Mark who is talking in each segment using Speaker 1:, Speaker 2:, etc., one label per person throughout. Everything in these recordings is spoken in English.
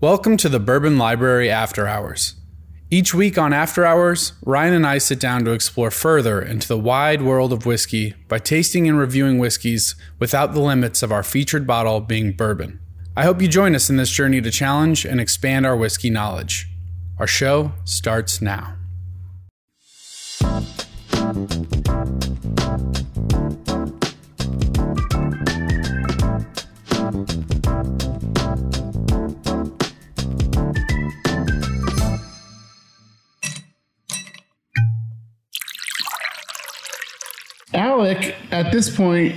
Speaker 1: Welcome to the Bourbon Library After Hours. Each week on After Hours, Ryan and I sit down to explore further into the wide world of whiskey by tasting and reviewing whiskeys without the limits of our featured bottle being bourbon. I hope you join us in this journey to challenge and expand our whiskey knowledge. Our show starts now.
Speaker 2: Alec, at this point,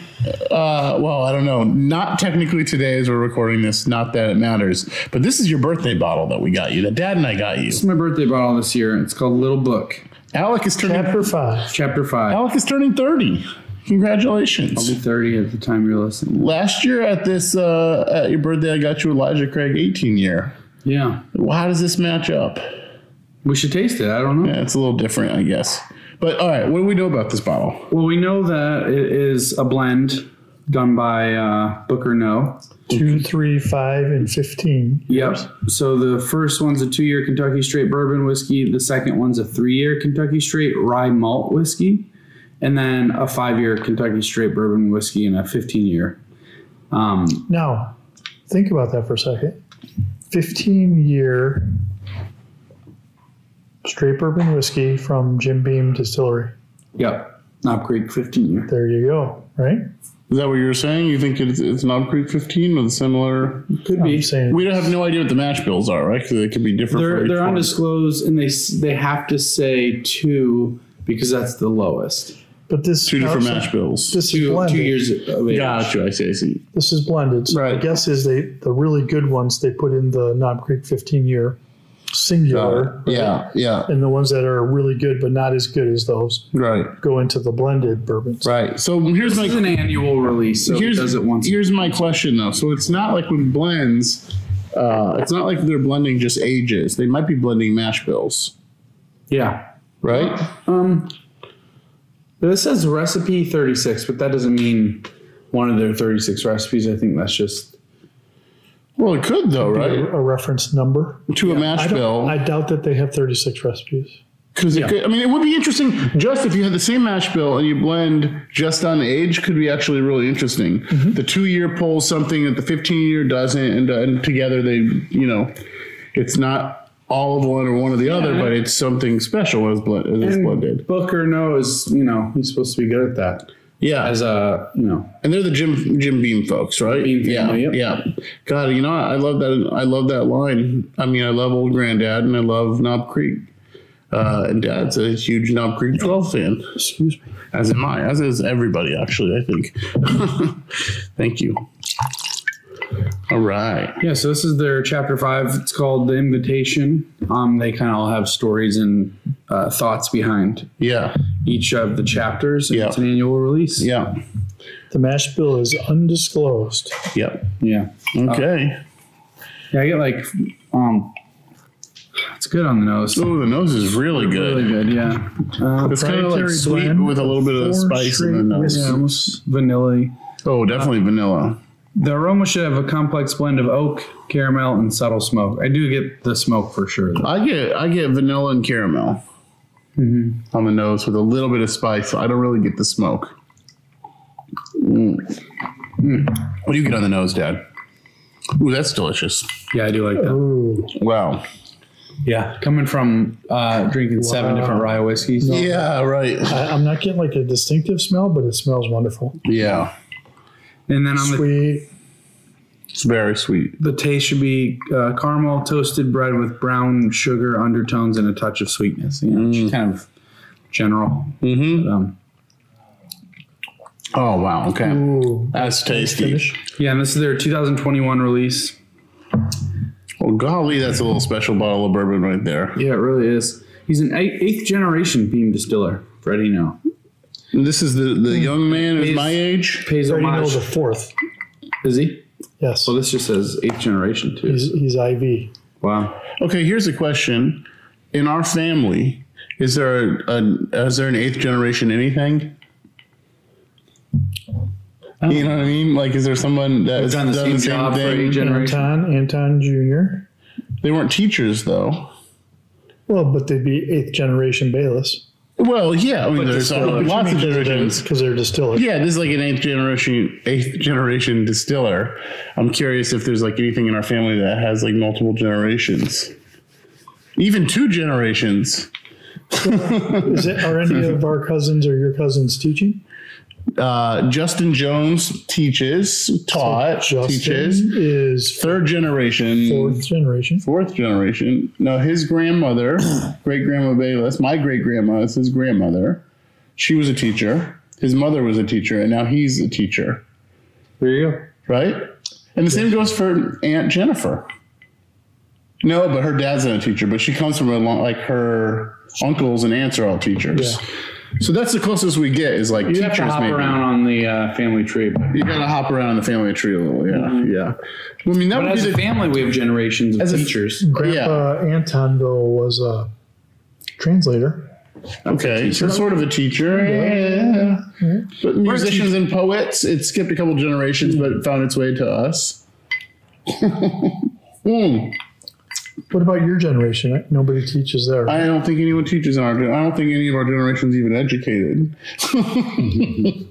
Speaker 2: uh, well, I don't know. Not technically today as we're recording this. Not that it matters. But this is your birthday bottle that we got you, that Dad and I got you.
Speaker 3: It's my birthday bottle this year. It's called Little Book,
Speaker 2: Alec is turning.
Speaker 4: Chapter five.
Speaker 3: Chapter 5.
Speaker 4: Oh.
Speaker 2: Alec is turning thirty.
Speaker 3: I'll be
Speaker 2: Congratulations.
Speaker 3: 30 at the time you're listening.
Speaker 2: Last year at this uh, at your birthday, I got you Elijah Craig 18 year.
Speaker 3: Yeah.
Speaker 2: Well, How does this match up?
Speaker 3: We should taste it. I don't know.
Speaker 2: Yeah, it's a little different, I guess. But all right, what do we know about this bottle?
Speaker 3: Well, we know that it is a blend done by uh, Booker No.
Speaker 4: Two, three, five, and fifteen.
Speaker 3: Yep. So the first one's a two year Kentucky straight bourbon whiskey. The second one's a three year Kentucky straight rye malt whiskey. And then a five year Kentucky straight bourbon whiskey and a 15 year. Um,
Speaker 4: Now, think about that for a second. Fifteen year straight bourbon whiskey from Jim Beam Distillery.
Speaker 3: yep. Knob Creek 15 year.
Speaker 4: There you go. Right?
Speaker 2: Is that what you were saying? You think it's, it's Knob Creek 15 with a similar?
Speaker 3: Could be.
Speaker 4: Oh, I'm saying
Speaker 2: We don't have no idea what the mash bills are, right? Because they could be different. for
Speaker 3: They're
Speaker 2: each
Speaker 3: they're
Speaker 2: one.
Speaker 3: undisclosed, and they s- they have to say two because that's the lowest.
Speaker 4: but this
Speaker 2: two different
Speaker 4: now,
Speaker 2: mash bills.
Speaker 4: This is
Speaker 3: Two
Speaker 4: blended.
Speaker 3: two years of age.
Speaker 2: Gotcha. I see. I see.
Speaker 4: This is blended. So
Speaker 2: Right.
Speaker 4: my guess is they the really good ones they put in the Knob Creek fifteen year singular.
Speaker 2: Yeah. Yeah.
Speaker 4: And the ones that are really good but not as good as those
Speaker 2: Right.
Speaker 4: go into the blended bourbons.
Speaker 2: Right. So here's
Speaker 3: This is an
Speaker 2: my
Speaker 3: annual release, so it
Speaker 2: here's
Speaker 3: does it once.
Speaker 2: here's my question though. So it's not like with blends. Uh, it's not like they're blending just ages. They might be blending mash bills,
Speaker 3: Yeah.
Speaker 2: right?
Speaker 3: Um. This says recipe thirty six, but that doesn't mean one of their thirty six recipes. I think that's just
Speaker 2: Well, it could though,
Speaker 4: A,
Speaker 2: right?
Speaker 4: a reference number.
Speaker 2: To a mash
Speaker 4: I, don't-
Speaker 2: bill.
Speaker 4: I doubt that they have 36 recipes.
Speaker 2: Because it could, I mean, it would be interesting just if you had the same mash bill and you blend just on age could be actually really interesting. The two year pulls something that the 15 year doesn't, and, uh, and together they, you know, it's not all of one or one or the other, but it's something special as, blend, as it's blended.
Speaker 3: Booker knows. You know, he's supposed to be good at that.
Speaker 2: Yeah.
Speaker 3: As a you know,
Speaker 2: and they're the Jim Jim Beam folks, right?
Speaker 3: Beam family,
Speaker 2: yeah,
Speaker 3: yep.
Speaker 2: yeah. God, you know, I love that. I love that line. I mean, I love Old Granddad, and I love Knob Creek. Uh, and Dad's a huge Knob Creek 12 fan. Excuse me. As am I. As is everybody, actually. I think. Thank you. All right.
Speaker 3: Yeah, so this is their chapter five. It's called The Invitation. Um, they kind of all have stories and uh, thoughts behind
Speaker 2: Yeah.
Speaker 3: each of the chapters. and
Speaker 2: Yeah.
Speaker 3: It's an annual release.
Speaker 2: Yeah.
Speaker 4: The mash bill is undisclosed.
Speaker 2: Yep.
Speaker 3: Yeah.
Speaker 2: Okay.
Speaker 3: Yeah, I get like, um, it's good on the nose.
Speaker 2: Oh, the nose is really good.
Speaker 3: Really good, yeah. Uh,
Speaker 2: It's kind of like
Speaker 4: Proprietary
Speaker 2: sweet
Speaker 4: blend
Speaker 2: with a little bit of
Speaker 4: of four
Speaker 2: spice in the nose.
Speaker 4: straight
Speaker 3: yeah, almost vanilla
Speaker 2: Oh, definitely vanilla.
Speaker 3: The aroma should have a complex blend of oak, caramel, and subtle smoke. I do get the smoke for sure. Though.
Speaker 2: I get I get vanilla and caramel on the nose with a little bit of spice. I don't really get the smoke. Mm. Mm. What do you get on the nose, Dad? Ooh, that's delicious.
Speaker 3: Yeah, I do like that.
Speaker 4: Ooh,
Speaker 2: Wow.
Speaker 3: Yeah. Coming from uh, drinking seven
Speaker 4: Wow.
Speaker 3: different rye whiskeys.
Speaker 2: Yeah, right.
Speaker 4: I, I'm not getting like a distinctive smell, but it smells wonderful.
Speaker 2: Yeah.
Speaker 3: And then on the
Speaker 4: Sweet.
Speaker 2: It's very sweet.
Speaker 3: The taste should be uh, caramel toasted bread with brown sugar undertones and a touch of sweetness. You know, just
Speaker 2: Mm.
Speaker 3: kind of general.
Speaker 2: Mm-hmm.
Speaker 3: Um,
Speaker 2: Oh wow, okay.
Speaker 4: Ooh,
Speaker 2: That's tasty.
Speaker 3: yeah, and this is their 2021 release.
Speaker 2: Oh golly, that's a little special bottle of bourbon right there.
Speaker 3: Yeah, it really is. He's an eight, eighth generation Beam distiller. Freddie No
Speaker 2: This is the, the young man is my age.
Speaker 3: pays
Speaker 4: Brady knows
Speaker 3: homage.
Speaker 4: the fourth.
Speaker 3: Is he?
Speaker 4: Yes,
Speaker 3: Well, this just says eighth generation too.
Speaker 4: he's, he's IV.
Speaker 3: Wow.
Speaker 2: Okay, here's a question. In our family, is there a, a is there an eighth generation anything? You know what I mean? Like, is there someone that's
Speaker 3: They've Oh. done the same job for eight
Speaker 2: thing?
Speaker 3: generations.
Speaker 4: Anton, Anton Jr.
Speaker 2: They weren't teachers though.
Speaker 4: Well, but they'd be eighth generation Bayless.
Speaker 2: Well, yeah, I mean, there's uh, lots of generations.
Speaker 4: because they're distillers.
Speaker 2: Yeah, this is like an eighth generation eighth generation distiller. I'm curious if there's like anything in our family that has like multiple generations. Even two generations.
Speaker 4: Is it, are any of our cousins or your cousins teaching?
Speaker 2: Uh, Justin Jones teaches, taught,
Speaker 4: Justin
Speaker 2: teaches.
Speaker 4: is
Speaker 2: Third generation.
Speaker 4: fourth generation.
Speaker 2: fourth generation. No, his grandmother, great grandma Bayless, my great grandma is his grandmother. She was a teacher. His mother was a teacher, and now he's a teacher,
Speaker 3: There you go.
Speaker 2: right? And the same goes for Aunt Jennifer. No, but her dad's not a teacher, but she comes from a long, like her uncles and aunts are all teachers. So that's the closest we get is like
Speaker 3: You
Speaker 2: teachers.
Speaker 3: have to hop
Speaker 2: maybe.
Speaker 3: around on the uh, family tree, but,
Speaker 2: You gotta hop around in the family tree a little, yeah, yeah. I mean, that
Speaker 3: but
Speaker 2: would be
Speaker 3: as a
Speaker 2: the
Speaker 3: family, we have generations of
Speaker 2: As a-
Speaker 3: teachers.
Speaker 4: Grandpa Anton though was a translator.
Speaker 2: Okay, so sort of a teacher. Yeah. But musicians and poets, it skipped a couple generations, but it found its way to us. Hmm.
Speaker 4: What about your generation? Nobody teaches there.
Speaker 2: I don't think anyone teaches in our. I don't think any of our generations even educated.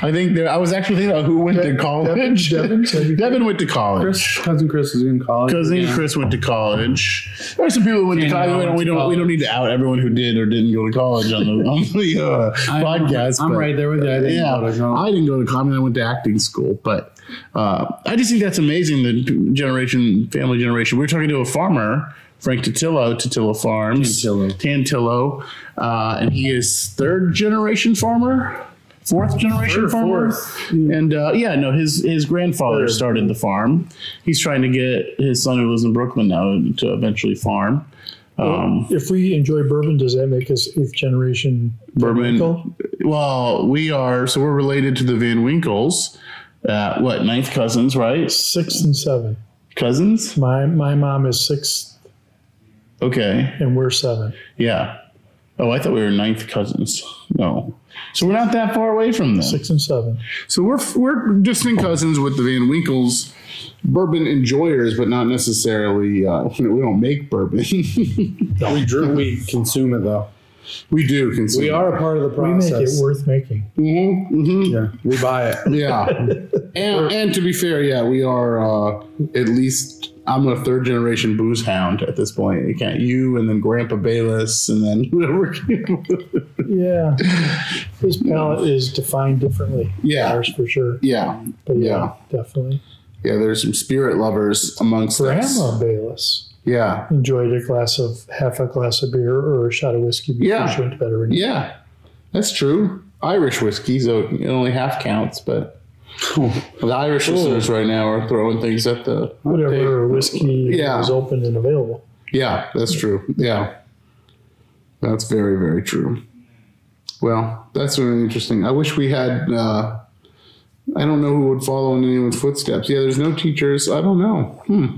Speaker 2: I think there. I was actually thinking about who went to college.
Speaker 4: Devin,
Speaker 2: Devin,
Speaker 4: so you-
Speaker 2: went to college.
Speaker 3: Chris, cousin Chris is in college.
Speaker 2: Cousin
Speaker 3: Yeah.
Speaker 2: Chris went to college. There are some people who went to
Speaker 3: Daniel
Speaker 2: college. We don't,
Speaker 3: went
Speaker 2: we
Speaker 3: to
Speaker 2: don't. We don't need to out everyone who did or didn't go to college on the on the uh,
Speaker 3: I'm-
Speaker 2: podcast.
Speaker 3: I'm
Speaker 2: but-
Speaker 3: right there with you. I didn't
Speaker 2: yeah,
Speaker 3: know what I know.
Speaker 2: I didn't go to college. I went to acting school, but uh, I just think that's amazing. The generation, family generation. We were talking to a farmer, Frank Totillo, Totillo Farms,
Speaker 3: Tantillo.
Speaker 2: Tantillo, uh, and he is third generation farmer. Fourth generation
Speaker 3: Third,
Speaker 2: farmer,
Speaker 3: fourth.
Speaker 2: and uh, yeah, no, his his grandfather
Speaker 4: Third.
Speaker 2: started the farm. He's trying to get his son who lives in Brooklyn now to eventually farm. Um,
Speaker 4: if we enjoy bourbon, does that make us eighth generation?
Speaker 2: Berman,
Speaker 4: Michael?
Speaker 2: Well, we are so we're related to the Van Winkles. Uh, what ninth cousins, right?
Speaker 4: Six and seven.
Speaker 2: Cousins.
Speaker 4: My my mom is six
Speaker 2: Okay.
Speaker 4: and we're seven.
Speaker 2: Yeah. Oh, I thought we were ninth cousins. No. So we're not that far away from them.
Speaker 4: Six and seven.
Speaker 2: So we're we're distant cousins with the Van Winkles, bourbon enjoyers, but not necessarily. Uh, we don't make bourbon.
Speaker 3: We drew. We consume it though.
Speaker 2: we do consume.
Speaker 3: We are a part of the
Speaker 4: We
Speaker 3: process.
Speaker 4: make it worth making.
Speaker 2: Mhm, mhm.
Speaker 3: Yeah, we buy it.
Speaker 2: Yeah. and, and to be fair, yeah, we are uh, at least I'm a third generation booze hound at this point. You can't you and then Grandpa Bayless and then whoever.
Speaker 4: Yeah. His palate is defined differently.
Speaker 2: Yeah.
Speaker 4: Ours for sure.
Speaker 2: yeah.
Speaker 4: But
Speaker 2: Yeah.
Speaker 4: yeah, definitely.
Speaker 2: Yeah, there's some spirit lovers amongst us.
Speaker 4: Grandma Bayless
Speaker 2: Yeah.
Speaker 4: enjoyed a glass of half a glass of beer or a shot of whiskey before
Speaker 2: Yeah.
Speaker 4: she went to bed every night.
Speaker 2: Yeah. That's true. Irish whiskey, so it only half counts, but the Irish listeners right now are throwing things at the
Speaker 4: Whatever whiskey
Speaker 2: Yeah.
Speaker 4: was open and available.
Speaker 2: Yeah, that's true. Yeah. That's very, very true. Well, that's really interesting. I wish we had, uh, I don't know who would follow in anyone's footsteps. Yeah, there's no teachers. I don't know. Hmm.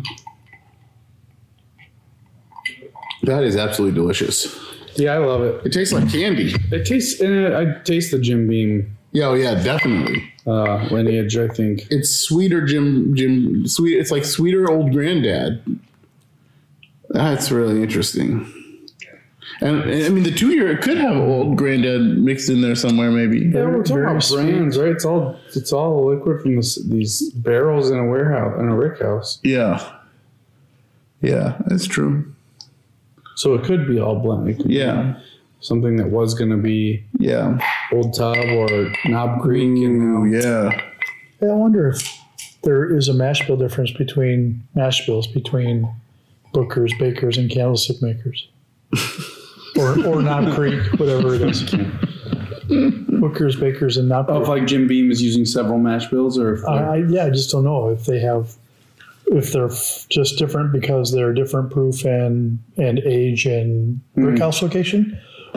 Speaker 2: That is absolutely delicious.
Speaker 3: Yeah, I love it.
Speaker 2: It tastes like candy.
Speaker 3: It tastes. And I I taste the Jim Beam
Speaker 2: Yeah, oh yeah, definitely.
Speaker 3: uh, lineage. I think.
Speaker 2: It's sweeter, Jim. Jim, sweet. It's like sweeter old granddad. That's really interesting. And, and I mean, the two year it could have old granddad mixed in there somewhere, maybe.
Speaker 3: Yeah, we're talking
Speaker 4: Very
Speaker 3: about
Speaker 4: sweet.
Speaker 3: brands, right? It's all it's all liquid from this, these barrels in a warehouse in a rick house.
Speaker 2: Yeah, yeah, that's true.
Speaker 3: So it could be all blend. It could be
Speaker 2: Yeah,
Speaker 3: something that was going to be
Speaker 2: yeah, Oh,
Speaker 3: Old Tub or Knob Creek, and now
Speaker 2: yeah.
Speaker 4: Yeah, I wonder if there is a mash bill difference between mash bills between bookers, bakers, and candlestick makers, or or Knob Creek, whatever it is. Bookers, bakers, and Knob
Speaker 3: of
Speaker 4: Creek.
Speaker 3: like Jim Beam is using several mash bills, or if
Speaker 4: I, I, yeah, I just don't know if they have if they're f- just different because they're different proof and and age and brickhouse location,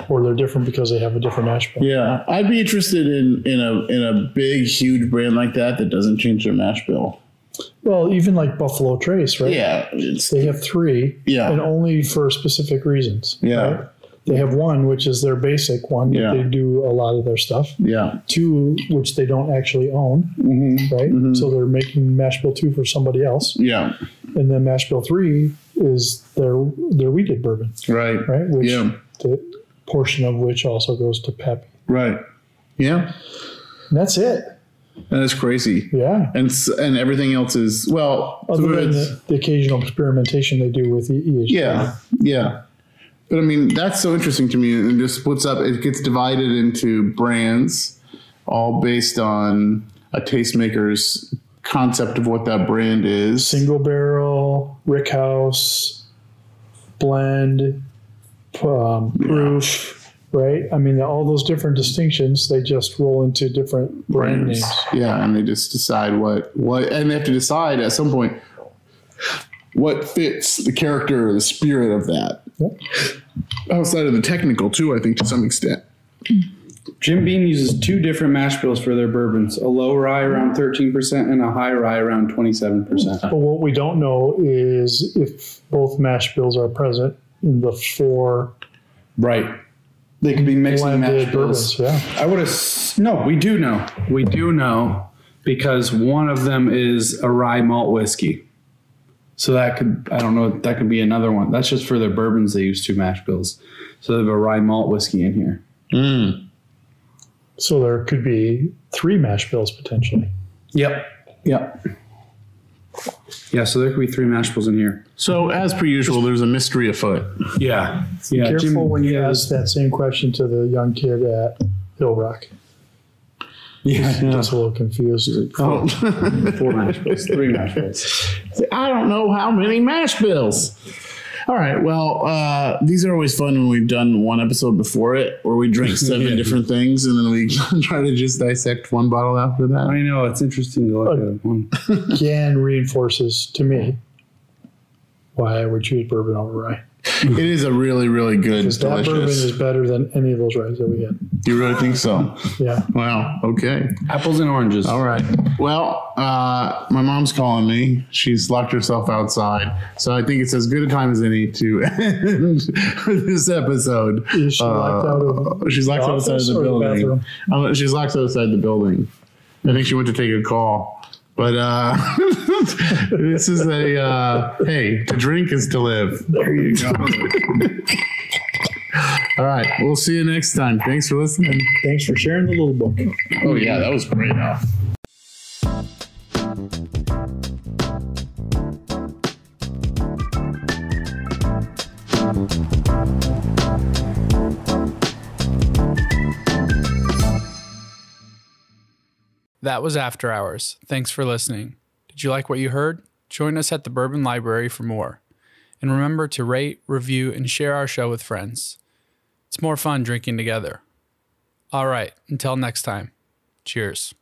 Speaker 4: or they're different because they have a different mash bill.
Speaker 2: Yeah, I'd be interested in in a in a big, huge brand like that that doesn't change their mash bill.
Speaker 4: Well, even like Buffalo Trace, right?
Speaker 2: Yeah, it's
Speaker 4: They have three,
Speaker 2: Yeah.
Speaker 4: and only for specific reasons.
Speaker 2: Uh-huh. yeah,
Speaker 4: right? They have one, which is their basic one.
Speaker 2: Yeah.
Speaker 4: That they do a lot of their stuff.
Speaker 2: Yeah.
Speaker 4: Two, which they don't actually own,
Speaker 2: Mm-hmm.
Speaker 4: right? So they're making mash bill two for somebody else,
Speaker 2: Yeah.
Speaker 4: and then mash bill three is their their weeded bourbon,
Speaker 2: Right.
Speaker 4: right? Which
Speaker 2: Yeah.
Speaker 4: the portion of which also goes to Peppy.
Speaker 2: Right. Yeah.
Speaker 4: And that's it.
Speaker 2: That is crazy.
Speaker 4: Yeah.
Speaker 2: And s- and everything else is well.
Speaker 4: Other than
Speaker 2: it's-
Speaker 4: the, the occasional experimentation they do with E, the EHP.
Speaker 2: Yeah, yeah. But I mean, that's so interesting to me. It just splits up. It gets divided into brands, all based on a tastemaker's concept of what that brand is.
Speaker 4: Single barrel, rickhouse, blend, um, proof, right? I mean, all those different distinctions, they just roll into different brand
Speaker 2: brands.
Speaker 4: names.
Speaker 2: Yeah, and they just decide what what, and they have to decide at some point what fits the character or the spirit of that.
Speaker 4: Yep.
Speaker 2: Outside of the technical, too, I think to some extent.
Speaker 3: Jim Beam uses two different mash bills for their bourbons: a low rye around thirteen percent and a high rye around twenty-seven percent.
Speaker 4: But what we don't know is if both mash bills are present in the four
Speaker 3: Right. They could be mixing mash
Speaker 4: blended
Speaker 3: bills.
Speaker 4: bourbons. Yeah.
Speaker 3: I would have. No, we do know. We do know because one of them is a rye malt whiskey. So that could, I don't know, that could be another one. That's just for their bourbons. They use two mash bills. So they have a rye malt whiskey in here.
Speaker 4: So there could be three mash bills potentially.
Speaker 3: Yep. Yep. Yeah, so there could be three mash bills in here.
Speaker 2: So, as per usual, there's a mystery afoot.
Speaker 3: Yeah. Yeah.
Speaker 4: Careful
Speaker 3: Uh, Jim-
Speaker 4: when you
Speaker 3: yeah,
Speaker 4: ask that same question to the young kid at Hill Rock. Yeah, he gets a little confused.
Speaker 3: Oh, Four mash bills. Three mash bills.
Speaker 2: I don't know how many mash bills. All right. Well, uh, these are always fun when we've done one episode before it, where we drink seven different things and then we try to just dissect one bottle after
Speaker 3: I
Speaker 2: that.
Speaker 3: know. It's interesting to look at one.
Speaker 4: Again, reinforces to me why I would choose bourbon over rye.
Speaker 2: It is a really, really good,
Speaker 4: Because that bourbon
Speaker 2: delicious.
Speaker 4: is better than any of those ryes that we had.
Speaker 2: you really think so?
Speaker 4: Yeah.
Speaker 2: Wow. Okay.
Speaker 3: Apples and oranges.
Speaker 2: All right. Well, uh, my mom's calling me. She's locked herself outside, so I think it's as good a time as any to end this episode. Uh,
Speaker 4: Is she locked out of
Speaker 2: She's locked
Speaker 4: the
Speaker 2: outside
Speaker 4: office
Speaker 2: the
Speaker 4: or the
Speaker 2: building.
Speaker 4: bathroom?
Speaker 2: Uh, she's locked outside the building. I think she went to take a call. But uh, this is a uh, hey, to drink is to live. There you go. All right, we'll see you next time. Thanks for listening.
Speaker 4: Thanks for sharing the little book.
Speaker 2: Oh yeah, that was great.
Speaker 1: That was After Hours. Thanks for listening. Did you like what you heard? Join us at the Bourbon Library for more. And remember to rate, review, and share our show with friends. It's more fun drinking together. All right, until next time, cheers.